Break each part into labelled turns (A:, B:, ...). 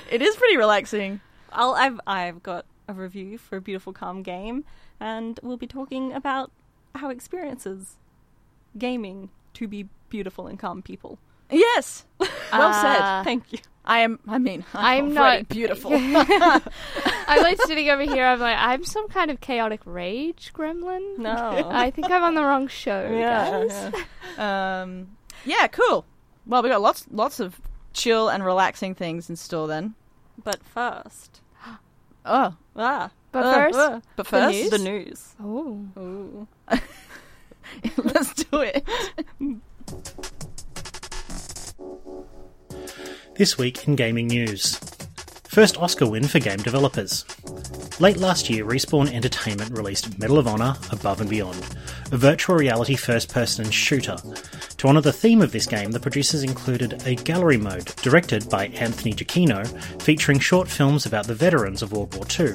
A: It is pretty relaxing.
B: I'll, I've I've got a review for a beautiful calm game, and we'll be talking about how experiences gaming to be beautiful and calm people.
A: Yes. Well
C: Uh,
A: said.
B: Thank you.
A: I am I mean, I'm,
C: I'm
A: already
C: not-
A: beautiful.
C: I'm like sitting over here. I'm like, I'm some kind of chaotic rage gremlin.
B: No.
C: I think I'm on the wrong show.
B: Yeah,
C: guys.
B: yeah.
A: Um, yeah, cool. Well, we got lots lots of chill and relaxing things in store then.
B: But first,
A: Oh,
B: ah,
C: But
A: Uh,
C: first,
B: uh,
A: but
B: the
A: first,
B: news. The news.
C: oh,
B: Ooh.
A: let's do it.
D: This week in gaming news. First Oscar win for game developers. Late last year, Respawn Entertainment released Medal of Honor Above and Beyond, a virtual reality first person shooter. To honour the theme of this game, the producers included a gallery mode directed by Anthony Giacchino, featuring short films about the veterans of World War II.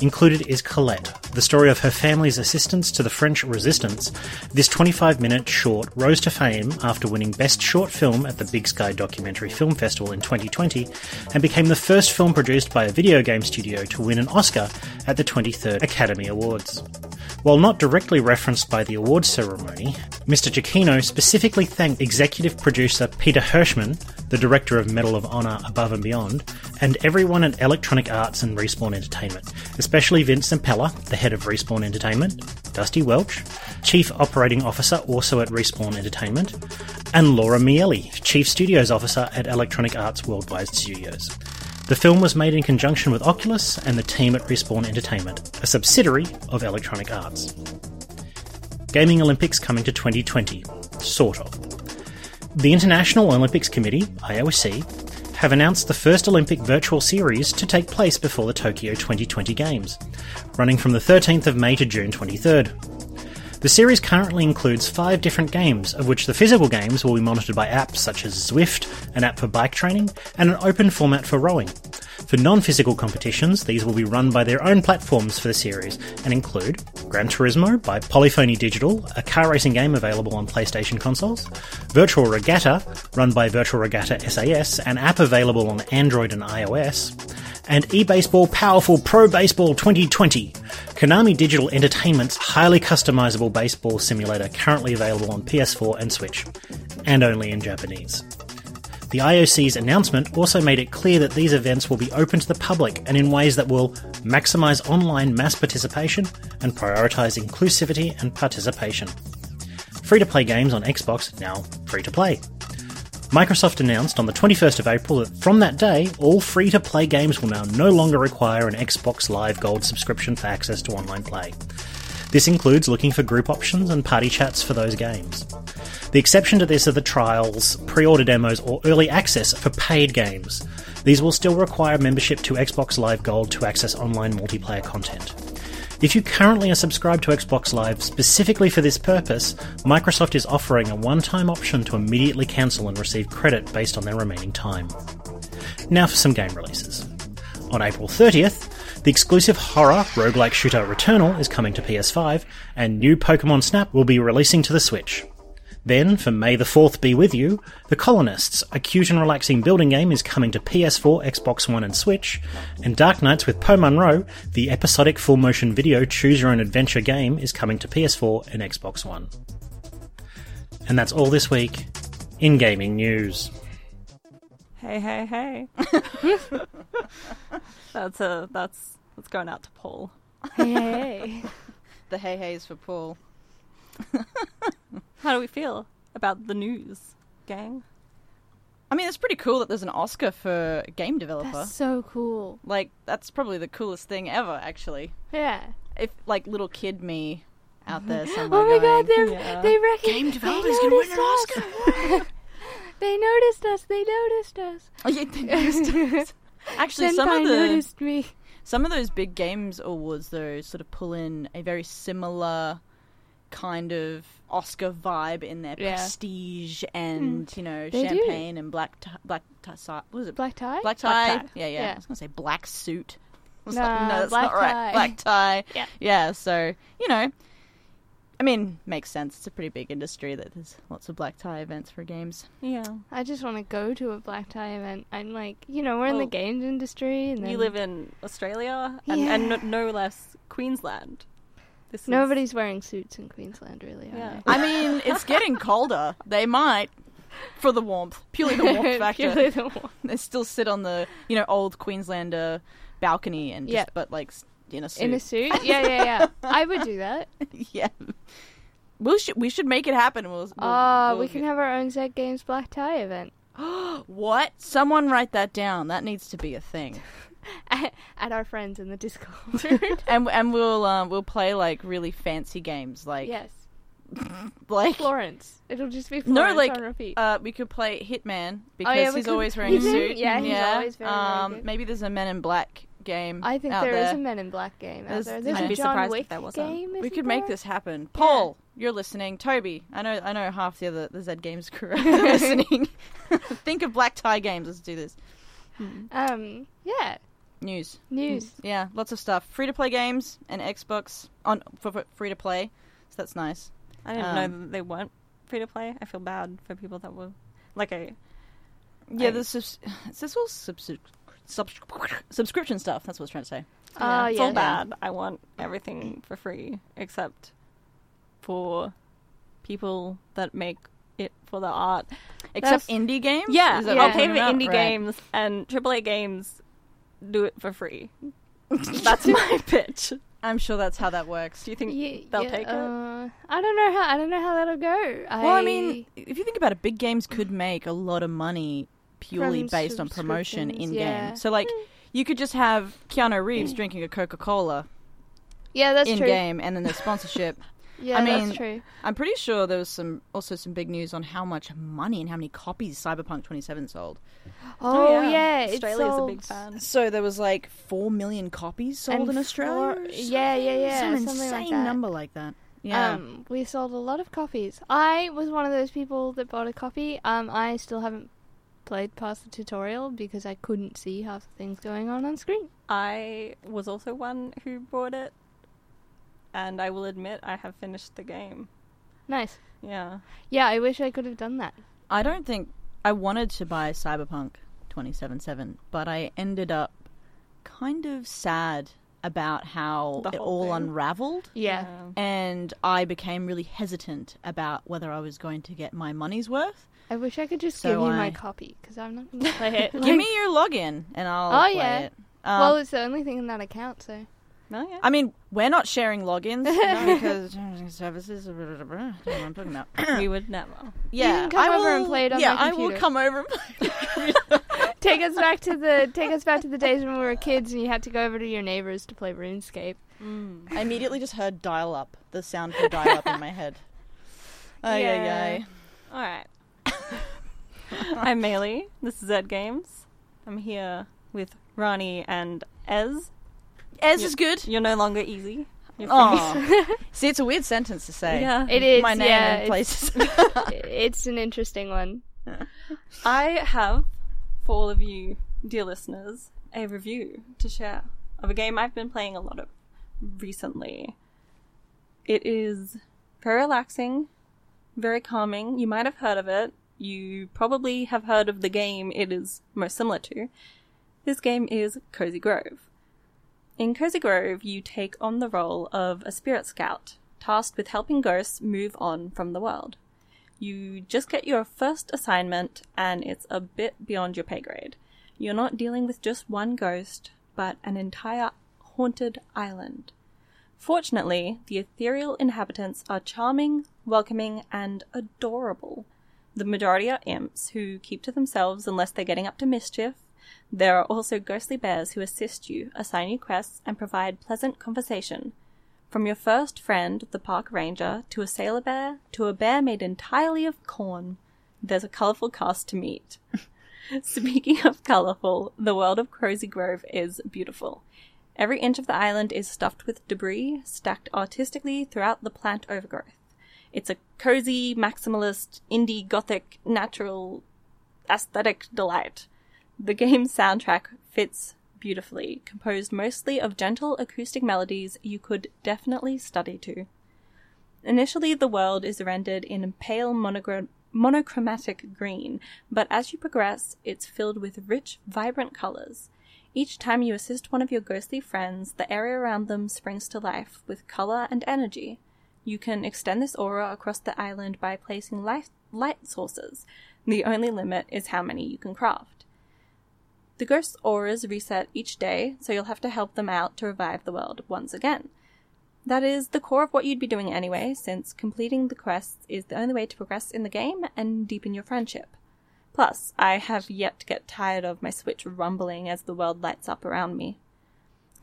D: Included is Colette, the story of her family's assistance to the French resistance. This 25 minute short rose to fame after winning Best Short Film at the Big Sky Documentary Film Festival in 2020 and became the first film produced by a video game studio to win an Oscar at the 23rd Academy Awards. While not directly referenced by the awards ceremony, Mr. Giacchino specifically thanked executive producer Peter Hirschman, the director of Medal of Honor Above and Beyond, and everyone at Electronic Arts and Respawn Entertainment, especially Vince Zampella, the head of Respawn Entertainment, Dusty Welch, Chief Operating Officer also at Respawn Entertainment, and Laura Miele, Chief Studios Officer at Electronic Arts Worldwide Studios. The film was made in conjunction with Oculus and the team at Respawn Entertainment, a subsidiary of Electronic Arts. Gaming Olympics coming to 2020, sort of. The International Olympics Committee, IOC, have announced the first Olympic virtual series to take place before the Tokyo 2020 Games, running from the 13th of May to June 23rd. The series currently includes five different games, of which the physical games will be monitored by apps such as Zwift, an app for bike training, and an open format for rowing. For non physical competitions, these will be run by their own platforms for the series and include Gran Turismo by Polyphony Digital, a car racing game available on PlayStation consoles, Virtual Regatta, run by Virtual Regatta SAS, an app available on Android and iOS, and eBaseball Powerful Pro Baseball 2020, Konami Digital Entertainment's highly customizable baseball simulator currently available on PS4 and Switch, and only in Japanese. The IOC's announcement also made it clear that these events will be open to the public and in ways that will maximize online mass participation and prioritize inclusivity and participation. Free to play games on Xbox now free to play. Microsoft announced on the 21st of April that from that day, all free to play games will now no longer require an Xbox Live Gold subscription for access to online play. This includes looking for group options and party chats for those games. The exception to this are the trials, pre order demos, or early access for paid games. These will still require membership to Xbox Live Gold to access online multiplayer content. If you currently are subscribed to Xbox Live specifically for this purpose, Microsoft is offering a one time option to immediately cancel and receive credit based on their remaining time. Now for some game releases. On April 30th, the exclusive horror roguelike shooter Returnal is coming to PS5, and new Pokemon Snap will be releasing to the Switch. Then, for May the 4th be with you, The Colonists, a cute and relaxing building game, is coming to PS4, Xbox One, and Switch. And Dark Knights with Poe Munro, the episodic full motion video choose your own adventure game, is coming to PS4 and Xbox One. And that's all this week in gaming news.
B: Hey, hey, hey. that's a that's that's going out to Paul.
C: Hey.
A: The hey hey's for Paul.
B: How do we feel about the news, gang?
A: I mean, it's pretty cool that there's an Oscar for game developer.
C: That's so cool.
A: Like, that's probably the coolest thing ever, actually.
C: Yeah.
A: If like little kid me out there somewhere.
C: Oh my god,
A: going,
C: they
B: Yeah.
C: they reckon
A: Game developers
C: they
A: gonna win
C: noticed
A: an
C: us. they noticed us. They noticed us.
A: Oh, yeah, they noticed. Actually,
C: Senpai
A: some of the
C: noticed me.
A: some of those big games awards though sort of pull in a very similar kind of Oscar vibe in their
C: Yeah. Hmm.
A: prestige and you know
C: They do.
A: champagne and black t- black t- si- what was it
C: Black tie.
A: black tie.
C: tie.
A: Yeah, yeah,
C: Yeah.
A: I was gonna say black suit. I was
C: No,
A: like, no, that's
C: black
A: not right.
C: tie.
A: Black tie.
C: Yeah.
A: Yeah. So you know, I mean, makes sense. It's a pretty big industry that there's lots of black tie events for games.
B: Yeah.
C: I just want to go to a black tie event. I'm like, you know, we're in the
B: Well,
A: Oh.
C: games industry, and
B: You
C: then
B: live in Australia and, and no,
C: Yeah.
B: no less Queensland. This is-
C: nobody's wearing suits in Queensland, really. are
B: Yeah.
C: they?
A: I mean, it's getting colder. They might. For the warmth, purely the warmth factor.
C: Purely the warmth.
A: They still sit on the you know old Queenslander balcony and just
C: Yeah.
A: but like s- in a suit.
C: In a suit? Yeah, yeah, yeah. I would do that.
A: yeah. We'll sh- we should make it happen. We'll, we'll,
C: Ah, we
A: we'll-
C: can have our own Zed Games black tie event
A: what? Someone write that down. That needs to be a thing.
C: at our friends in the Discord.
A: And and we'll um, we'll play like really fancy games like
C: yes,
A: like
C: Florence. It'll just be
A: No,
C: Florence
A: like,
C: on repeat. Oh,
A: uh, we could play Hitman because
C: yeah, we
A: he's
C: could-
A: always wearing a
C: He's in-
A: suit.
C: yeah, he's always very, very
A: um,
C: good.
A: maybe there's a Men in Black game.
C: I think
A: out
C: there is
A: there.
C: a Men in Black game out
A: There's-
C: there. There's
A: I'd
C: a
A: be
C: John
B: surprised if
C: Wick
B: there wasn't.
C: game.
A: We
C: isn't
A: could make
C: there?
A: this happen. Paul, you're listening. Toby, I know I know half the other the Z Games crew are listening. Think of black tie games. Let's do this. Mm.
C: Um, yeah,
A: News.
C: news.
A: Yeah, lots of stuff. Free to play games and Xbox on for, for free to play. So that's nice.
B: I didn't
A: um,
B: know that they weren't free to play. I feel bad for people that were like a
A: Yeah,
B: I-
A: the subs- it's this all subs- subs- subscription stuff. That's what I was trying to say.
C: Ah,
B: it's
C: yeah.
B: all bad. I want everything for free except for people that make it for the art.
A: Except
B: That's-
A: indie games.
B: Yeah,
A: Is that
C: yeah.
B: I'll
A: what
B: pay
A: we're
B: for
A: talking
B: indie
A: about? Right.
B: games and AAA games. Do it for free. That's my pitch.
A: I'm sure that's how that works.
B: Do you think
C: Ye-
B: they'll
C: yeah,
B: take it?
C: uh, I don't know how. I don't know how that'll go. I,
A: Well, I mean, if you think about it, big games could make a lot of money purely
C: From
A: based on promotion
C: subscriptions,
A: in
C: yeah. Hmm.
A: game. So, like, you could just have Keanu Reeves drinking a Coca Cola
C: yeah, that's
A: in
C: true.
A: game, and then the sponsorship.
C: Yeah,
A: I mean-
C: that's true.
A: I'm pretty sure there was some also some big news on how much money and how many copies Cyberpunk 27 sold.
C: Oh, yeah, it's
B: Australia's a
C: sold-
B: big fan.
A: So there was like four million copies sold
C: And
A: in Australia.
C: for-
A: or
C: yeah, yeah, yeah,
A: some
C: something
A: insane
C: like that.
A: number like that. Yeah,
C: Um, we sold a lot of copies. I was one of those people that bought a copy. Um, I still haven't played past the tutorial because I couldn't see half the things going on on screen.
B: I was also one who bought it, and I will admit I have finished the game.
C: Nice.
B: Yeah,
C: Yeah, I wish I could have done that.
A: I don't think I wanted to buy Cyberpunk 2077, but I ended up kind of sad about how
B: The
A: it
B: whole
A: all
B: thing.
A: unraveled.
C: Yeah.
B: Um,
A: And I became really hesitant about whether I was going to get my money's worth.
C: I wish I could just
A: So
C: give you
A: I-
C: my copy because I'm not going to play it.
A: Give
C: Like,
A: me your login, and I'll
C: Oh,
A: play
C: yeah.
A: it. Um,
C: well, it's the only thing in that account, so.
B: no, yeah.
A: I mean, we're not sharing logins no, because services. Blah, blah, blah, blah. I don't know what I'm talking about.
B: we would never.
A: Yeah,
C: can come
A: I
C: over
A: will,
C: and play it on
A: Yeah,
C: my
A: I will
C: computer.
A: come over. And play it.
C: take us back to the take us back to the days when we were kids and you had to go over to your neighbors to play RuneScape.
B: Mm.
A: I immediately just heard dial up, the sound for dial up in my head. Oh yeah,
C: Yeah.
A: yeah.
B: All right. I'm Maylee. This is Ed Games. I'm here with Ronnie and Ez.
A: Ez is good.
B: You're no longer easy. You're
A: Oh. See, it's a weird sentence to say.
B: Yeah.
C: It is
A: My name
C: yeah,
A: and
C: it's,
A: places.
C: it's an interesting one.
B: I have, for all of you, dear listeners, a review to share of a game I've been playing a lot of recently. It is very relaxing Very calming. You might have heard of it. You probably have heard of the game it is most similar to. This game is Cozy Grove. In Cozy Grove, you take on the role of a spirit scout, tasked with helping ghosts move on from the world. You just get your first assignment, and it's a bit beyond your pay grade. You're not dealing with just one ghost, but an entire haunted island. Fortunately, the ethereal inhabitants are charming, welcoming, and adorable. The majority are imps who keep to themselves unless they're getting up to mischief. There are also ghostly bears who assist you, assign you quests, and provide pleasant conversation. From your first friend, the park ranger, to a sailor bear, to a bear made entirely of corn, there's a colourful cast to meet. Speaking of colourful, the world of Crozy Grove is beautiful. Every inch of the island is stuffed with debris, stacked artistically throughout the plant overgrowth. It's a cozy, maximalist, indie gothic, natural, aesthetic delight. The game's soundtrack fits beautifully, composed mostly of gentle acoustic melodies you could definitely study to. Initially, the world is rendered in pale monogra- monochromatic green, but as you progress, it's filled with rich, vibrant colors. Each time you assist one of your ghostly friends, the area around them springs to life with color and energy. You can extend this aura across the island by placing light, light sources. The only limit is how many you can craft. The ghost's auras reset each day, so you'll have to help them out to revive the world once again. That is the core of what you'd be doing anyway, since completing the quests is the only way to progress in the game and deepen your friendship. Plus, I have yet to get tired of my Switch rumbling as the world lights up around me.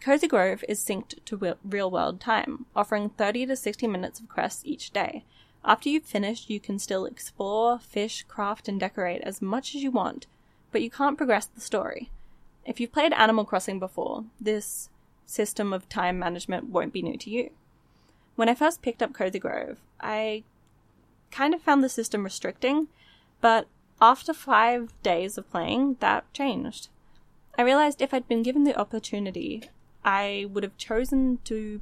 B: Cozy Grove is synced to wi- real world time, offering 30 to 60 minutes of quests each day. After you've finished, you can still explore, fish, craft, and decorate as much as you want, but you can't progress the story. If you've played Animal Crossing before, this system of time management won't be new to you. When I first picked up Cozy Grove, I kind of found the system restricting, but after five days of playing, that changed. I realized if I'd been given the opportunity, I would have chosen to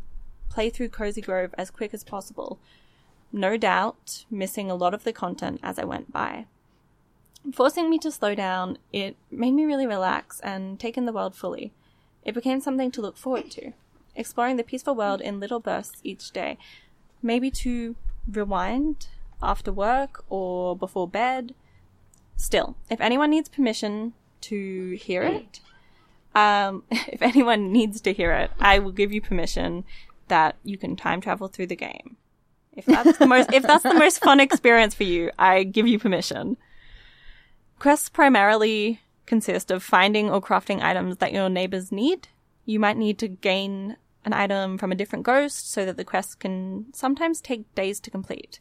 B: play through Cozy Grove as quick as possible, no doubt missing a lot of the content as I went by. Forcing me to slow down, it made me really relax and take in the world fully. It became something to look forward to, exploring the peaceful world in little bursts each day, maybe to rewind after work or before bed still, if anyone needs permission to hear it, um, if anyone needs to hear it, I will give you permission that you can time travel through the game. If that's the most, if that's the most fun experience for you, I give you permission. Quests primarily consist of finding or crafting items that your neighbors need. You might need to gain an item from a different ghost so that the quest can sometimes take days to complete.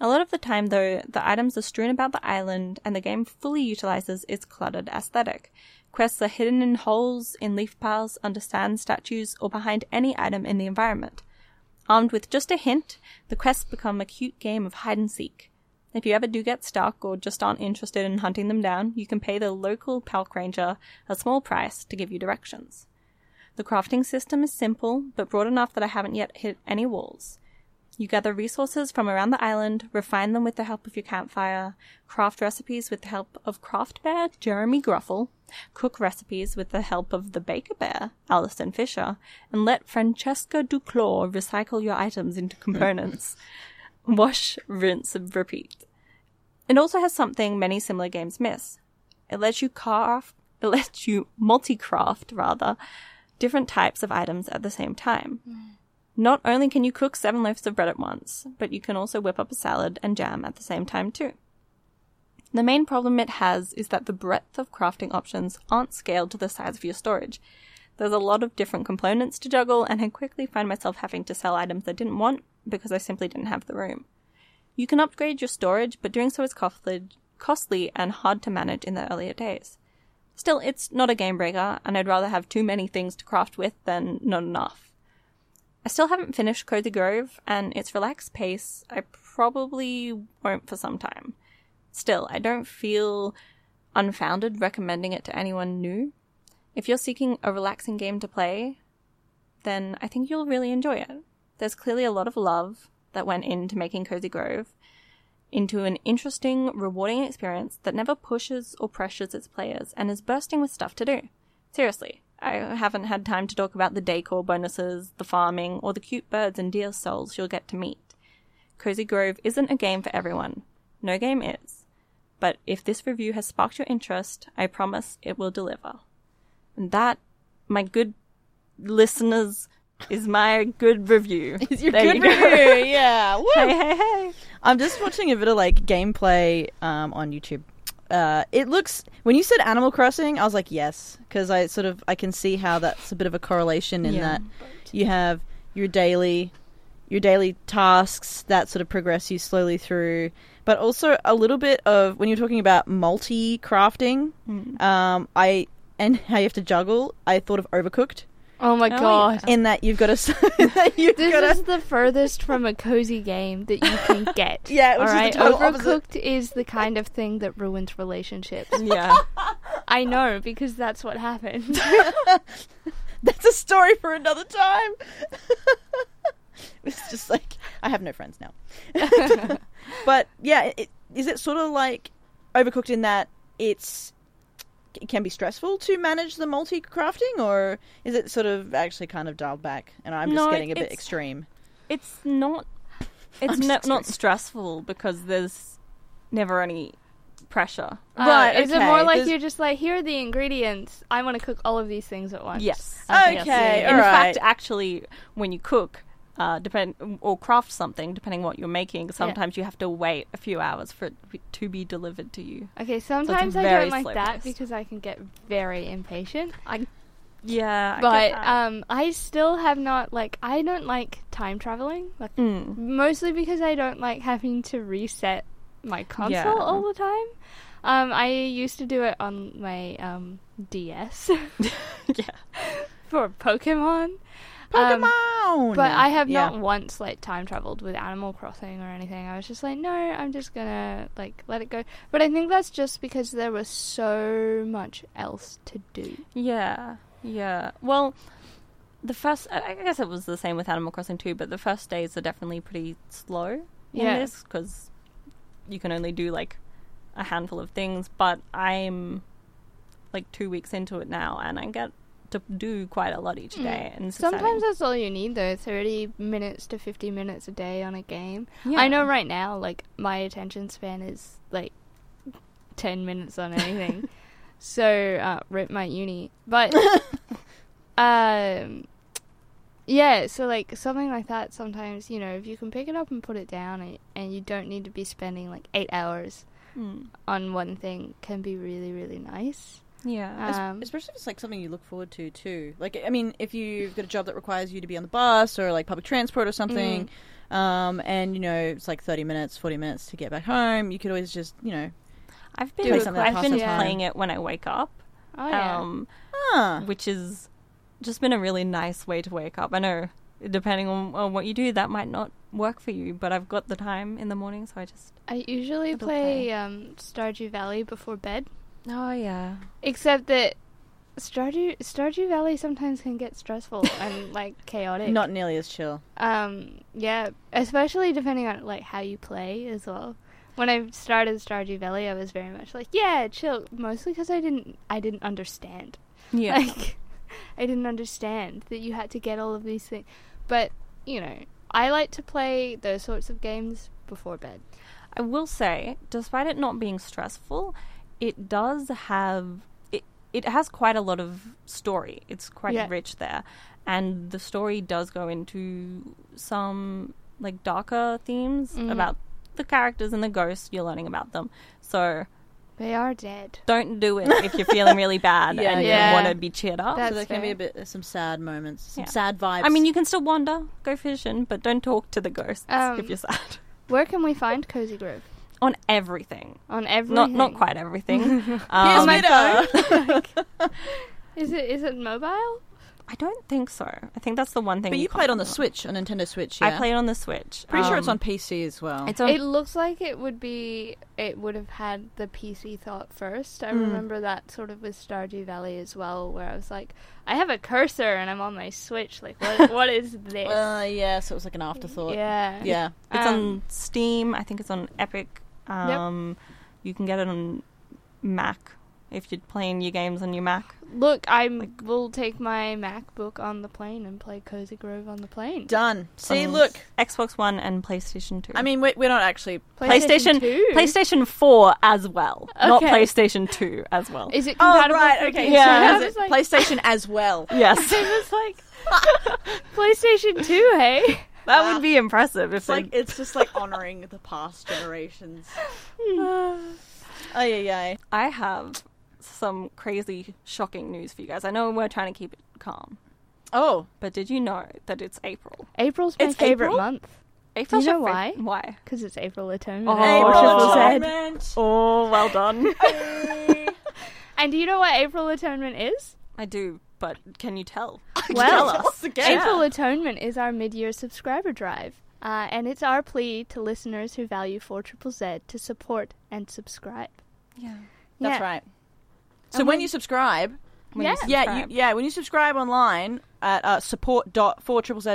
B: A lot of the time, though, the items are strewn about the island and the game fully utilizes its cluttered aesthetic. Quests are hidden in holes, in leaf piles, under sand statues, or behind any item in the environment. Armed with just a hint, the quests become a cute game of hide and seek. If you ever do get stuck or just aren't interested in hunting them down, you can pay the local park ranger a small price to give you directions. The crafting system is simple, but broad enough that I haven't yet hit any walls. You gather resources from around the island, refine them with the help of your campfire, craft recipes with the help of craft bear Jeremy Gruffle, cook recipes with the help of the baker bear Alison Fisher, and let Francesca Duclos recycle your items into components. Wash, rinse, and repeat. It also has something many similar games miss. It lets you craft, it lets you multi-craft rather, different types of items at the same time. Not only can you cook seven loaves of bread at once, but you can also whip up a salad and jam at the same time too. The main problem it has is that the breadth of crafting options aren't scaled to the size of your storage. There's a lot of different components to juggle, and I quickly find myself having to sell items I didn't want because I simply didn't have the room. You can upgrade your storage, but doing so is costly, costly and hard to manage in the earlier days. Still, it's not a game breaker, and I'd rather have too many things to craft with than not enough. I still haven't finished Cozy Grove, and its relaxed pace I probably won't for some time. Still, I don't feel unfounded recommending it to anyone new. If you're seeking a relaxing game to play, then I think you'll really enjoy it. There's clearly a lot of love that went into making Cozy Grove, into an interesting, rewarding experience that never pushes or pressures its players and is bursting with stuff to do. Seriously, I haven't had time to talk about the decor bonuses, the farming, or the cute birds and deer souls you'll get to meet. Cozy Grove isn't a game for everyone. No game is. But if this review has sparked your interest, I promise it will deliver. And that, my good listeners, is my good review.
A: Is your
B: There
A: good
B: you go.
A: review? Yeah. Woo.
B: hey, hey, hey.
A: I'm just watching a bit of like gameplay um, on YouTube. Uh, it looks when you said Animal Crossing, I was like yes, because I sort of I can see how that's a bit of a correlation in
B: Yeah.
A: that you have your daily your daily tasks that sort of progress you slowly through, but also a little bit of when you're talking about multi crafting. Um, I and how you have to juggle. I thought of Overcooked
C: Oh my
B: Oh,
C: god.
A: in that you've got to you've
C: This
A: got
C: is
A: to.
C: the furthest from a cozy game that you can get.
A: Yeah, which is the
C: alright?
A: total
C: Overcooked
A: opposite.
C: is the kind of thing that ruins relationships.
B: Yeah.
C: I know because that's what happened.
A: That's a story for another time. it's just like I have no friends now. but yeah, it, is it sort of like overcooked in that it's it can be stressful to manage the multi crafting, or is it sort of actually kind of dialed back? And I'm just
B: No,
A: getting a bit
B: it's-
A: extreme.
B: It's not. It's
A: I'm
B: no,
A: just
B: not
A: kidding.
B: stressful because there's never any pressure.
C: Uh,
A: Right,
C: Is it more
A: okay,
C: like
A: there's-
C: you're just like, here are the ingredients. I want to cook all of these things at once.
B: Yes.
A: Okay,
B: Yes.
A: all
B: In
A: right.
B: fact, actually, when you cook, uh, depend or craft something, depending what you're making, sometimes you have to wait a few hours for it to be delivered to you.
C: Okay, sometimes I
B: very
C: don't like
B: slow
C: that
B: paced.
C: because I can get very impatient. I
B: Yeah,
C: but
B: uh,
C: um I still have not like I don't like time traveling. Like mostly because I don't like having to reset my console
B: Yeah.
C: all the time. Um I used to do it on my um DS
B: yeah,
C: for Pokemon. Um,
A: Pokemon. Oh,
C: But I have
A: Yeah.
C: not once like time traveled with Animal Crossing or anything. I was just like, no, I'm just gonna like let it go. But I think that's just because there was so much else to do.
B: yeah, yeah. Well, the first, I I guess it was the same with Animal Crossing too. But the first days are definitely pretty slow in
C: Yeah.
B: this because you can only do like a handful of things. But I'm like two weeks into it now, and I get to do quite a lot each day. And it's
C: Mm. Sometimes
B: exciting.
C: that's all you need though, thirty minutes to fifty minutes a day on a game.
B: Yeah.
C: I know right now, like my attention span is like ten minutes on anything. so uh, rip my uni, but um, yeah. So like something like that. Sometimes you know, if you can pick it up and put it down, and, and you don't need to be spending like eight hours
B: Mm.
C: on one thing, can be really really nice.
B: yeah,
A: Es-
C: Um,
A: Especially if it's like something you look forward to too. Like, I mean, if you've got a job that requires you to be on the bus or like public transport or
C: Mm.
A: something, um, and you know it's like thirty minutes, forty minutes to get back home, you could always just you know,
B: I've
A: do
B: been
A: something that
B: I've been
A: passes time.
B: playing it when I wake up,
C: oh yeah.
B: um,
A: ah,
B: which is just been a really nice way to wake up. I know, depending on, on what you do, that might not work for you, but I've got the time in the morning, so I just
C: I usually
B: It'll
C: play,
B: play.
C: Um, Stardew Valley before bed.
B: oh yeah,
C: Except that Stardew Stardew Valley sometimes can get stressful and like chaotic.
A: not nearly as chill.
C: um yeah, especially depending on like how you play as well. When I started Stardew Valley, I was very much like, yeah, chill, mostly cuz I didn't I didn't understand.
B: yeah.
C: Like I didn't understand that you had to get all of these things. But, you know, I like to play those sorts of games before bed.
B: I will say, despite it not being stressful, it does have it. It has quite a lot of story. It's quite
C: Yeah.
B: rich there, and the story does go into some like darker themes about the characters and the ghosts. You're learning about them, so
C: They are dead.
B: don't do it if you're feeling really bad
A: Yeah.
B: and
C: Yeah.
B: you want to be cheered up.
C: That's
A: so there can be
C: fair.
A: a bit there's some sad moments, some
B: Yeah.
A: sad vibes.
B: I mean, you can still wander, go fishing, but don't talk to the ghosts
C: Um,
B: if you're sad.
C: Where can we find Cozy Grove?
B: On everything,
C: On everything.
B: not not quite Um, everything.
A: Here's
B: Um,
A: Rita!
C: Is it is it mobile?
B: I don't think so. I think that's the one thing.
A: But you
B: can't
A: played on the
B: remember.
A: Switch, on Nintendo Switch. Yeah?
B: I played on the Switch.
A: Pretty sure it's
B: Um,
A: on PC as well.
B: It's on.
C: it looks like it would be. It would have had the PC thought first. I remember that sort of with Stardew Valley as well, where I was like, I have a cursor and I'm on my Switch. Like, what? what is this?
A: Uh, yeah, so it was like an afterthought.
C: yeah.
A: Yeah.
B: it's on
C: um,
B: Steam. I think it's on Epic. Um, You can get it on Mac if you're playing your games on your Mac.
C: Look, I will take my MacBook on the plane and play Cozy Grove on the plane.
A: Done. See,
B: On
A: look.
B: Xbox One and PlayStation Two.
A: I mean, we're, we're not actually.
B: PlayStation
C: two?
B: PlayStation Four as well, not
C: Okay.
B: PlayStation Two as well.
C: Is it
A: Oh,
C: compatible?
A: right.
C: for
A: Okay.
C: PC?
B: Yeah.
A: Yeah.
C: I was like,
A: PlayStation as well.
B: yes,
C: I was like, PlayStation Two, hey.
B: that would be impressive if
A: It's like
B: they
A: it's just like honoring the past generations. Oh yeah, yeah.
B: I have some crazy, shocking news for you guys. I know we're trying to keep it calm,
A: Oh,
B: but did you know that it's April?
C: April's my
A: It's
C: favorite
A: April?
C: month
B: April's
C: know
B: your fav-
C: why?
B: Why?
C: because it's April Atonement.
B: Oh,
A: April
B: triple Z.
A: Atonement.
B: Oh, well done.
C: And do you know what April Atonement is?
B: I do, but can you tell?
C: Well,
A: Tell us again.
C: April Atonement is our mid-year subscriber drive, uh, and it's our plea to listeners who value four triple Z to support and subscribe.
B: Yeah.
A: That's
C: Yeah.
A: right. So
C: And
A: when
C: we-
A: you subscribe,
B: When you
C: Yeah.
A: yeah, you,
B: subscribe.
A: yeah, when you subscribe online at uh,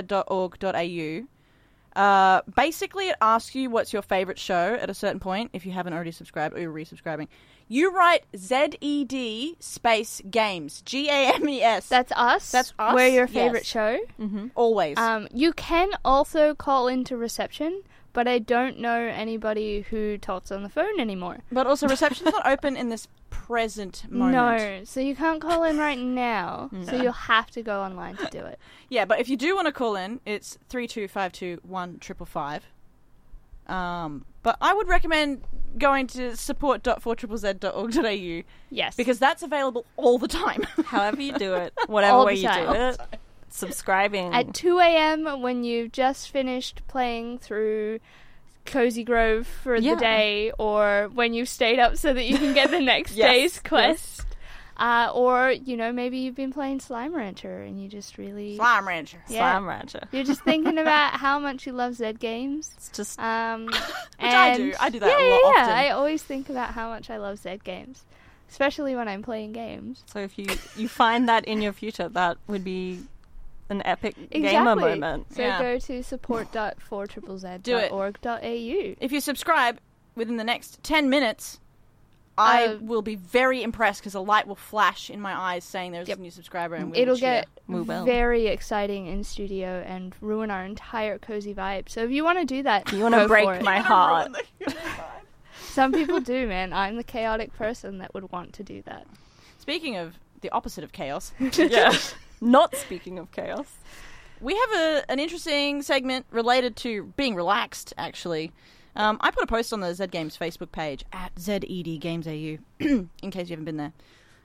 A: support.4z.org.au, uh, basically it asks you what's your favorite show at a certain point if you haven't already subscribed or you're resubscribing. You write Z E D space games G A M E S.
C: That's us.
A: That's us,
C: We're your
A: yes. Mm-hmm.
C: favorite show.
A: always
C: Um, you can also call into reception, but I don't know anybody who talks on the phone anymore.
A: But also, reception's not open in this present moment.
C: No, so you can't call in right now. So you'll have to go online to do it.
A: Yeah, but if you do want to call in, it's three two five two one triple five. Um, but I would recommend going to support.4z.org.au
C: Yes,
A: because that's available all the time.
B: However you do it, whatever
C: All
B: way
C: the
B: you do
C: time.
B: it, subscribing.
A: Oh.
C: at 2 a.m. when you've just finished playing through Cozy Grove for
B: Yeah.
C: the day, or when you've stayed up so that you can get the next
B: Yes,
C: day's
B: yes.
C: quest, uh, or you know maybe you've been playing Slime Rancher and you just really
A: Slime Rancher.
C: Yeah.
B: Slime Rancher.
C: you're just thinking about how much you love Z games.
B: It's just
C: Um, Which
A: I do. I do that
C: yeah,
A: a lot
C: yeah,
A: often.
C: I always think about how much I love Z games, especially when I'm playing games.
B: so if you you find that in your future, that would be an epic gamer moment.
C: So
A: Yeah.
C: go to support.4z.org.au.
A: Do it. If you subscribe within the next 10 minutes, I
C: Uh,
A: will be very impressed because a light will flash in my eyes saying there's
C: Yep.
A: a new subscriber and we
C: It'll
A: will cheer.
C: get
B: We will.
C: very exciting in studio and ruin our entire cozy vibe. So if you want to do that,
B: You want to
C: go for
B: break
C: it.
B: my heart.
C: Some people do, man. I'm the chaotic person that would want to do that.
A: Speaking of the opposite of chaos,
B: yeah. Not speaking of chaos.
A: we have a, an interesting segment related to being relaxed, actually. Um, I put a post on the Zed Games Facebook page at ZED Games AU, in case you haven't been there,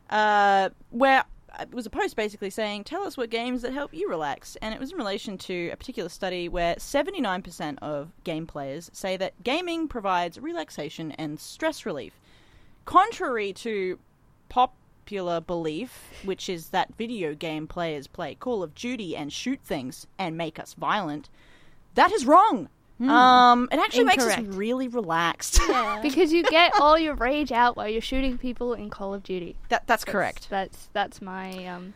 A: uh, where it was a post basically saying, Tell us what games that help you relax. And it was in relation to a particular study where 79% of game players say that gaming provides relaxation and stress relief. Contrary to popular belief, which is that video game players play Call of Duty and shoot things and make us violent, that is wrong. Um, it actually makes
C: Incorrect.
A: us really relaxed.
C: Because you get all your rage out while you're shooting people in Call of Duty.
A: that, that's correct.
C: That's that's my um,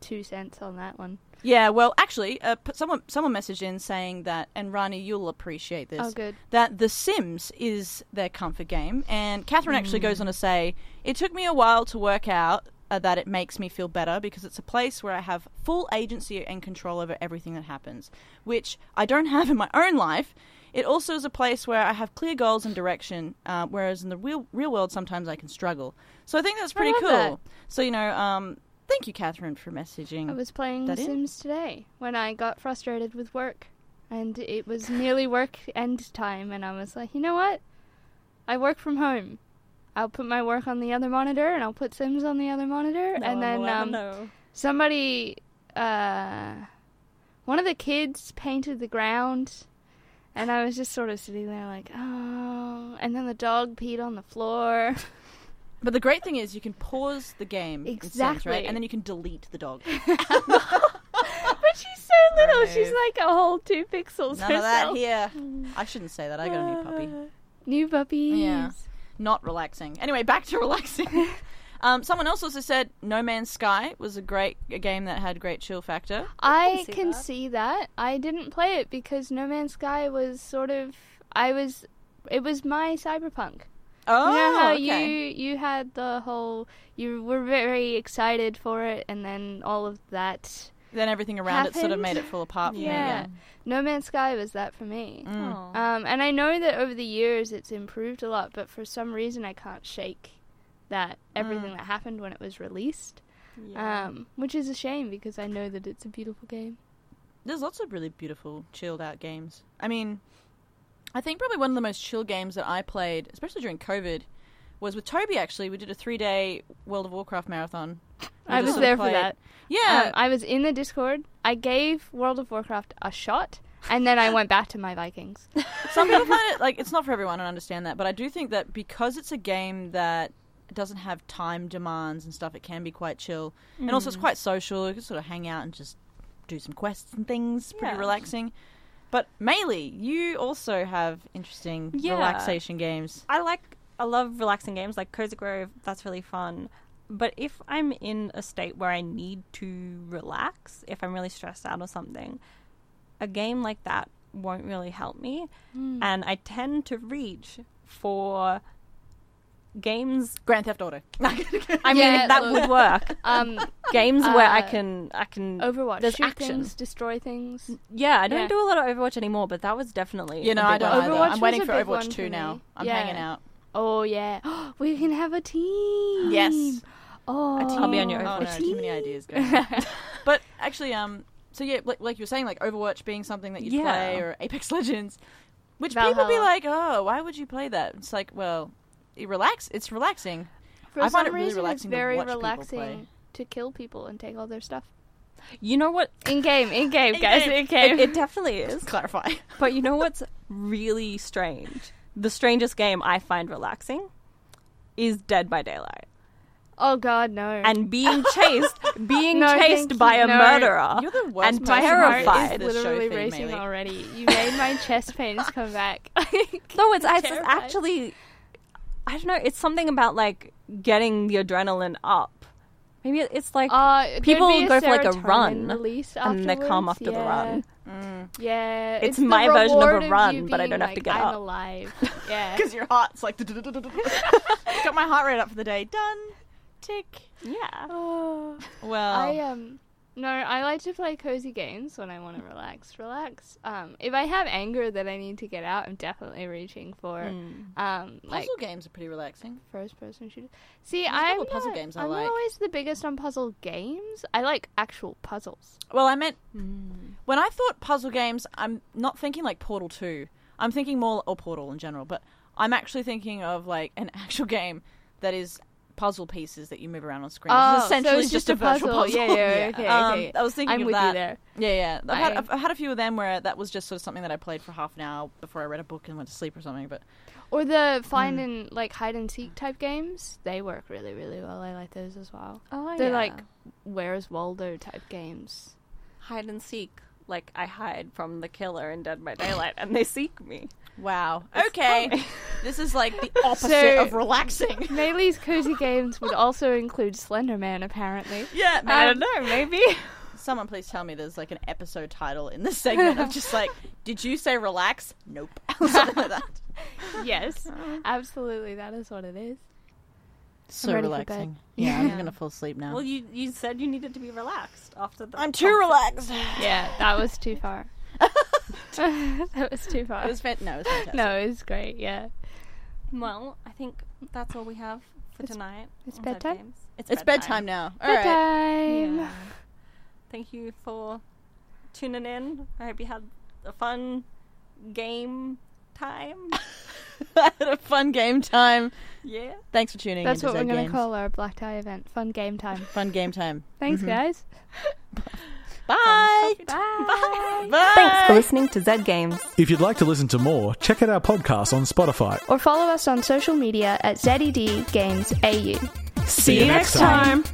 C: two cents on that one.
A: Yeah, well, actually, uh, p- someone someone messaged in saying that, and Rani, you'll appreciate this.
C: Oh, good.
A: That The Sims is their comfort game, and Catherine actually
C: Mm.
A: goes on to say, "It took me a while to work out uh, that it makes me feel better because it's a place where I have full agency and control over everything that happens, which I don't have in my own life." It also is a place where I have clear goals and direction, uh, whereas in the real real world sometimes I can struggle. So I think that's pretty
C: love
A: cool.
C: that.
A: So you know, um, thank you, Catherine, for messaging.
C: I was playing The
A: That it?
C: Sims today when I got frustrated with work, and it was nearly work end time, and I was like, you know what? I work from home. I'll put my work on the other monitor, and I'll put Sims on the other monitor, and then um, somebody, uh, one of the kids painted the ground, and I was just sort of sitting there like, oh, and then the dog peed on the floor.
A: But the great thing is you can pause the game in Sims, right?
C: Exactly.
A: and then you can delete the dog.
C: But she's so little.
A: Remove.
C: She's like a whole two pixels
A: None of that
C: herself.
A: here. I shouldn't say that. I got a new puppy.
C: New puppies.
A: Yeah. Not relaxing. Anyway, back to relaxing. um, someone else also said No Man's Sky was a great a game that had great chill factor.
C: I
B: can
C: can,
B: see
C: see,
B: that.
C: that. I didn't play it because No Man's Sky was sort of I was it was my cyberpunk.
A: Oh,
C: you know how
A: okay.
C: you you had the whole you were very excited for it and then all of that.
A: then everything around it sort of
C: happened.
A: made it fall apart. For
C: Yeah.
A: Me, Mm.
C: No Man's Sky was that for me.
B: Aw.
C: Um, and I know that over the years it's improved a lot, but for some reason I can't shake that everything that happened when it was released,
B: Yeah.
C: um, which is a shame because I know that it's a beautiful game.
A: There's lots of really beautiful chilled out games. I mean, I think probably one of the most chill games that I played, especially during COVID, was with Toby. Actually, we did a three day World of Warcraft marathon. We
C: I
A: just
C: was
A: sort of
C: there for
A: played-
C: that.
A: Yeah,
C: Um,
B: Uh,
C: I was in the Discord. I gave World of Warcraft a shot, and then I went back to my Vikings.
A: some people find it like it's not for everyone and I understand that but i do think that because it's a game that doesn't have time demands and stuff it can be quite chill and also it's
B: Mm.
A: quite social you can sort of hang out and just do some quests and things pretty
B: Yeah.
A: relaxing but Melee, you also have interesting
B: Yeah.
A: relaxation games
B: I like I love relaxing games like Cozy Grove, that's really fun. But if I'm in a state where I need to relax, if I'm really stressed out or something, a game like that won't really help me.
C: Hmm.
B: And I tend to reach for games
A: grand theft auto
B: I
C: Yeah,
B: mean that
C: look.
B: would work.
C: Um,
B: Games where I
C: Uh,
B: can I can
C: Overwatch,
B: There's
C: shoot
B: action.
C: things, destroy things.
B: Yeah, I don't
C: Yeah.
B: do a lot of Overwatch anymore, but that was definitely
A: you know
B: a
A: i
B: big
A: don't
B: one.
A: either
C: Overwatch
A: i'm
C: was
A: waiting
C: a
A: for
C: big
A: overwatch
C: one
A: 2
C: for
A: now
C: me.
A: i'm
C: Yeah.
A: hanging out
C: Oh yeah, we can have a team.
A: yes
C: Oh,
B: I'll be on your
A: Oh
B: Overwatch.
A: no, too many ideas going. on. but actually, um, so yeah, like, like you were saying, like Overwatch being something that you
B: Yeah.
A: play or Apex Legends, which people be
C: Valhalla.
A: like, oh, why would you play that? It's like, well, it relax. It's relaxing.
C: For
A: I find
C: some
A: it really
C: reason, it's
A: relaxing to
C: very
A: watch people play.
C: relaxing to kill people and take all their stuff.
B: You know what?
C: In game, in game, guys, in game.
B: It, it definitely is.
A: Clarify.
B: But you know what's really strange? The strangest game I find relaxing is Dead by Daylight.
C: oh God, no.
B: And being chased, being
C: No, thank
B: chased
C: you,
B: by a
C: no.
B: murderer.
A: You're the worst
B: And
A: person.
C: my heart is
B: terrified.
A: This show
C: literally
A: theme,
C: racing
A: Melee.
C: already. You made my chest pains come back.
B: No, it's, it's
C: Terrified.
B: actually, I don't know, it's something about like getting the adrenaline up. Maybe it- it's like
C: Uh, there'd
B: People
C: be a
B: go for, like, a
C: serotonin
B: run,
C: release
B: and they calm
C: afterwards.
B: after the run.
C: Yeah,
B: It's
C: the
B: my version of a
C: reward
B: run,
C: you
B: but I don't
C: being
B: have to
C: like,
B: get
C: I'm
B: up."
C: alive. Yeah,
A: Because your heart's like. Got my heart rate up for the day. Done. Tick.
B: yeah. Oh.
A: Well,
C: I um no, I like to play cozy games when I want to relax. Relax. Um, if I have anger that I need to get out, I'm definitely reaching for
B: Hmm.
C: um like
A: puzzle games are pretty relaxing.
C: first person shooter. See,
A: a
C: I'm
A: couple puzzle
C: not-
A: games I
C: I'm
A: like.
C: not always the biggest on puzzle games. I like actual puzzles.
A: Well, I meant
C: Mm.
A: when I thought puzzle games, I'm not thinking like Portal Two. I'm thinking more or Portal in general, but I'm actually thinking of like an actual game that is puzzle pieces that you move around on screen.
C: Oh,
A: it's
C: so
A: essentially
C: it's just
A: a
C: a
A: virtual
C: puzzle.
A: puzzle.
C: Yeah, yeah, okay,
A: Um,
C: okay.
A: I was thinking
C: I'm
A: of
C: with you
A: that.
C: there.
A: Yeah, yeah. I've had,
C: I-
A: I've I've had a few of them where that was just sort of something that I played for half an hour before I read a book and went to sleep or something. But
C: Or the find
A: Hmm.
C: and like hide and seek type games, they work really, really well. I like those as well.
B: Oh,
C: They're
B: yeah.
C: like Where's Waldo type games.
B: hide and seek. Like I hide from the killer in Dead by Daylight, and they seek me.
A: wow, okay, this is like the opposite
C: So-
A: of relaxing.
C: Melee's cozy games would also include Slender Man, apparently. Um,
A: Yeah,
B: I don't know, maybe.
A: Someone please tell me there's like an episode title in this segment of just like, did you say relax? Nope. Something like that.
C: Yes,
B: Ah.
C: absolutely. That is what it is.
A: So
C: ready for relaxing.
A: Yeah, I'm gonna fall asleep now.
B: well, you you said you needed to be relaxed after the.
A: I'm too relaxed.
C: Yeah, that was too far. that was too far.
A: It was fan- no, it was fantastic.
C: no, it was great. Yeah.
B: Well, I think that's all we have for
C: It's-
B: tonight.
C: it's
B: on Dead
C: bedtime?
B: Games.
A: It's bedtime now. All right.
C: Bedtime.
B: Yeah. Thank you for tuning in. I hope you had a fun game time.
A: I had a fun game time.
B: Yeah.
A: Thanks for tuning
C: That's
A: in.
C: what
A: to Zed
C: we're gonna
A: Games.
C: call our black tie event. Fun game time.
A: fun game time.
C: Thanks, guys.
A: Bye.
C: Bye.
A: Bye.
E: Thanks for listening to Zed Games.
F: If you'd like to listen to more, check out our podcast on Spotify.
C: Or follow us on social media at ZED E Games AU.
A: See you next time.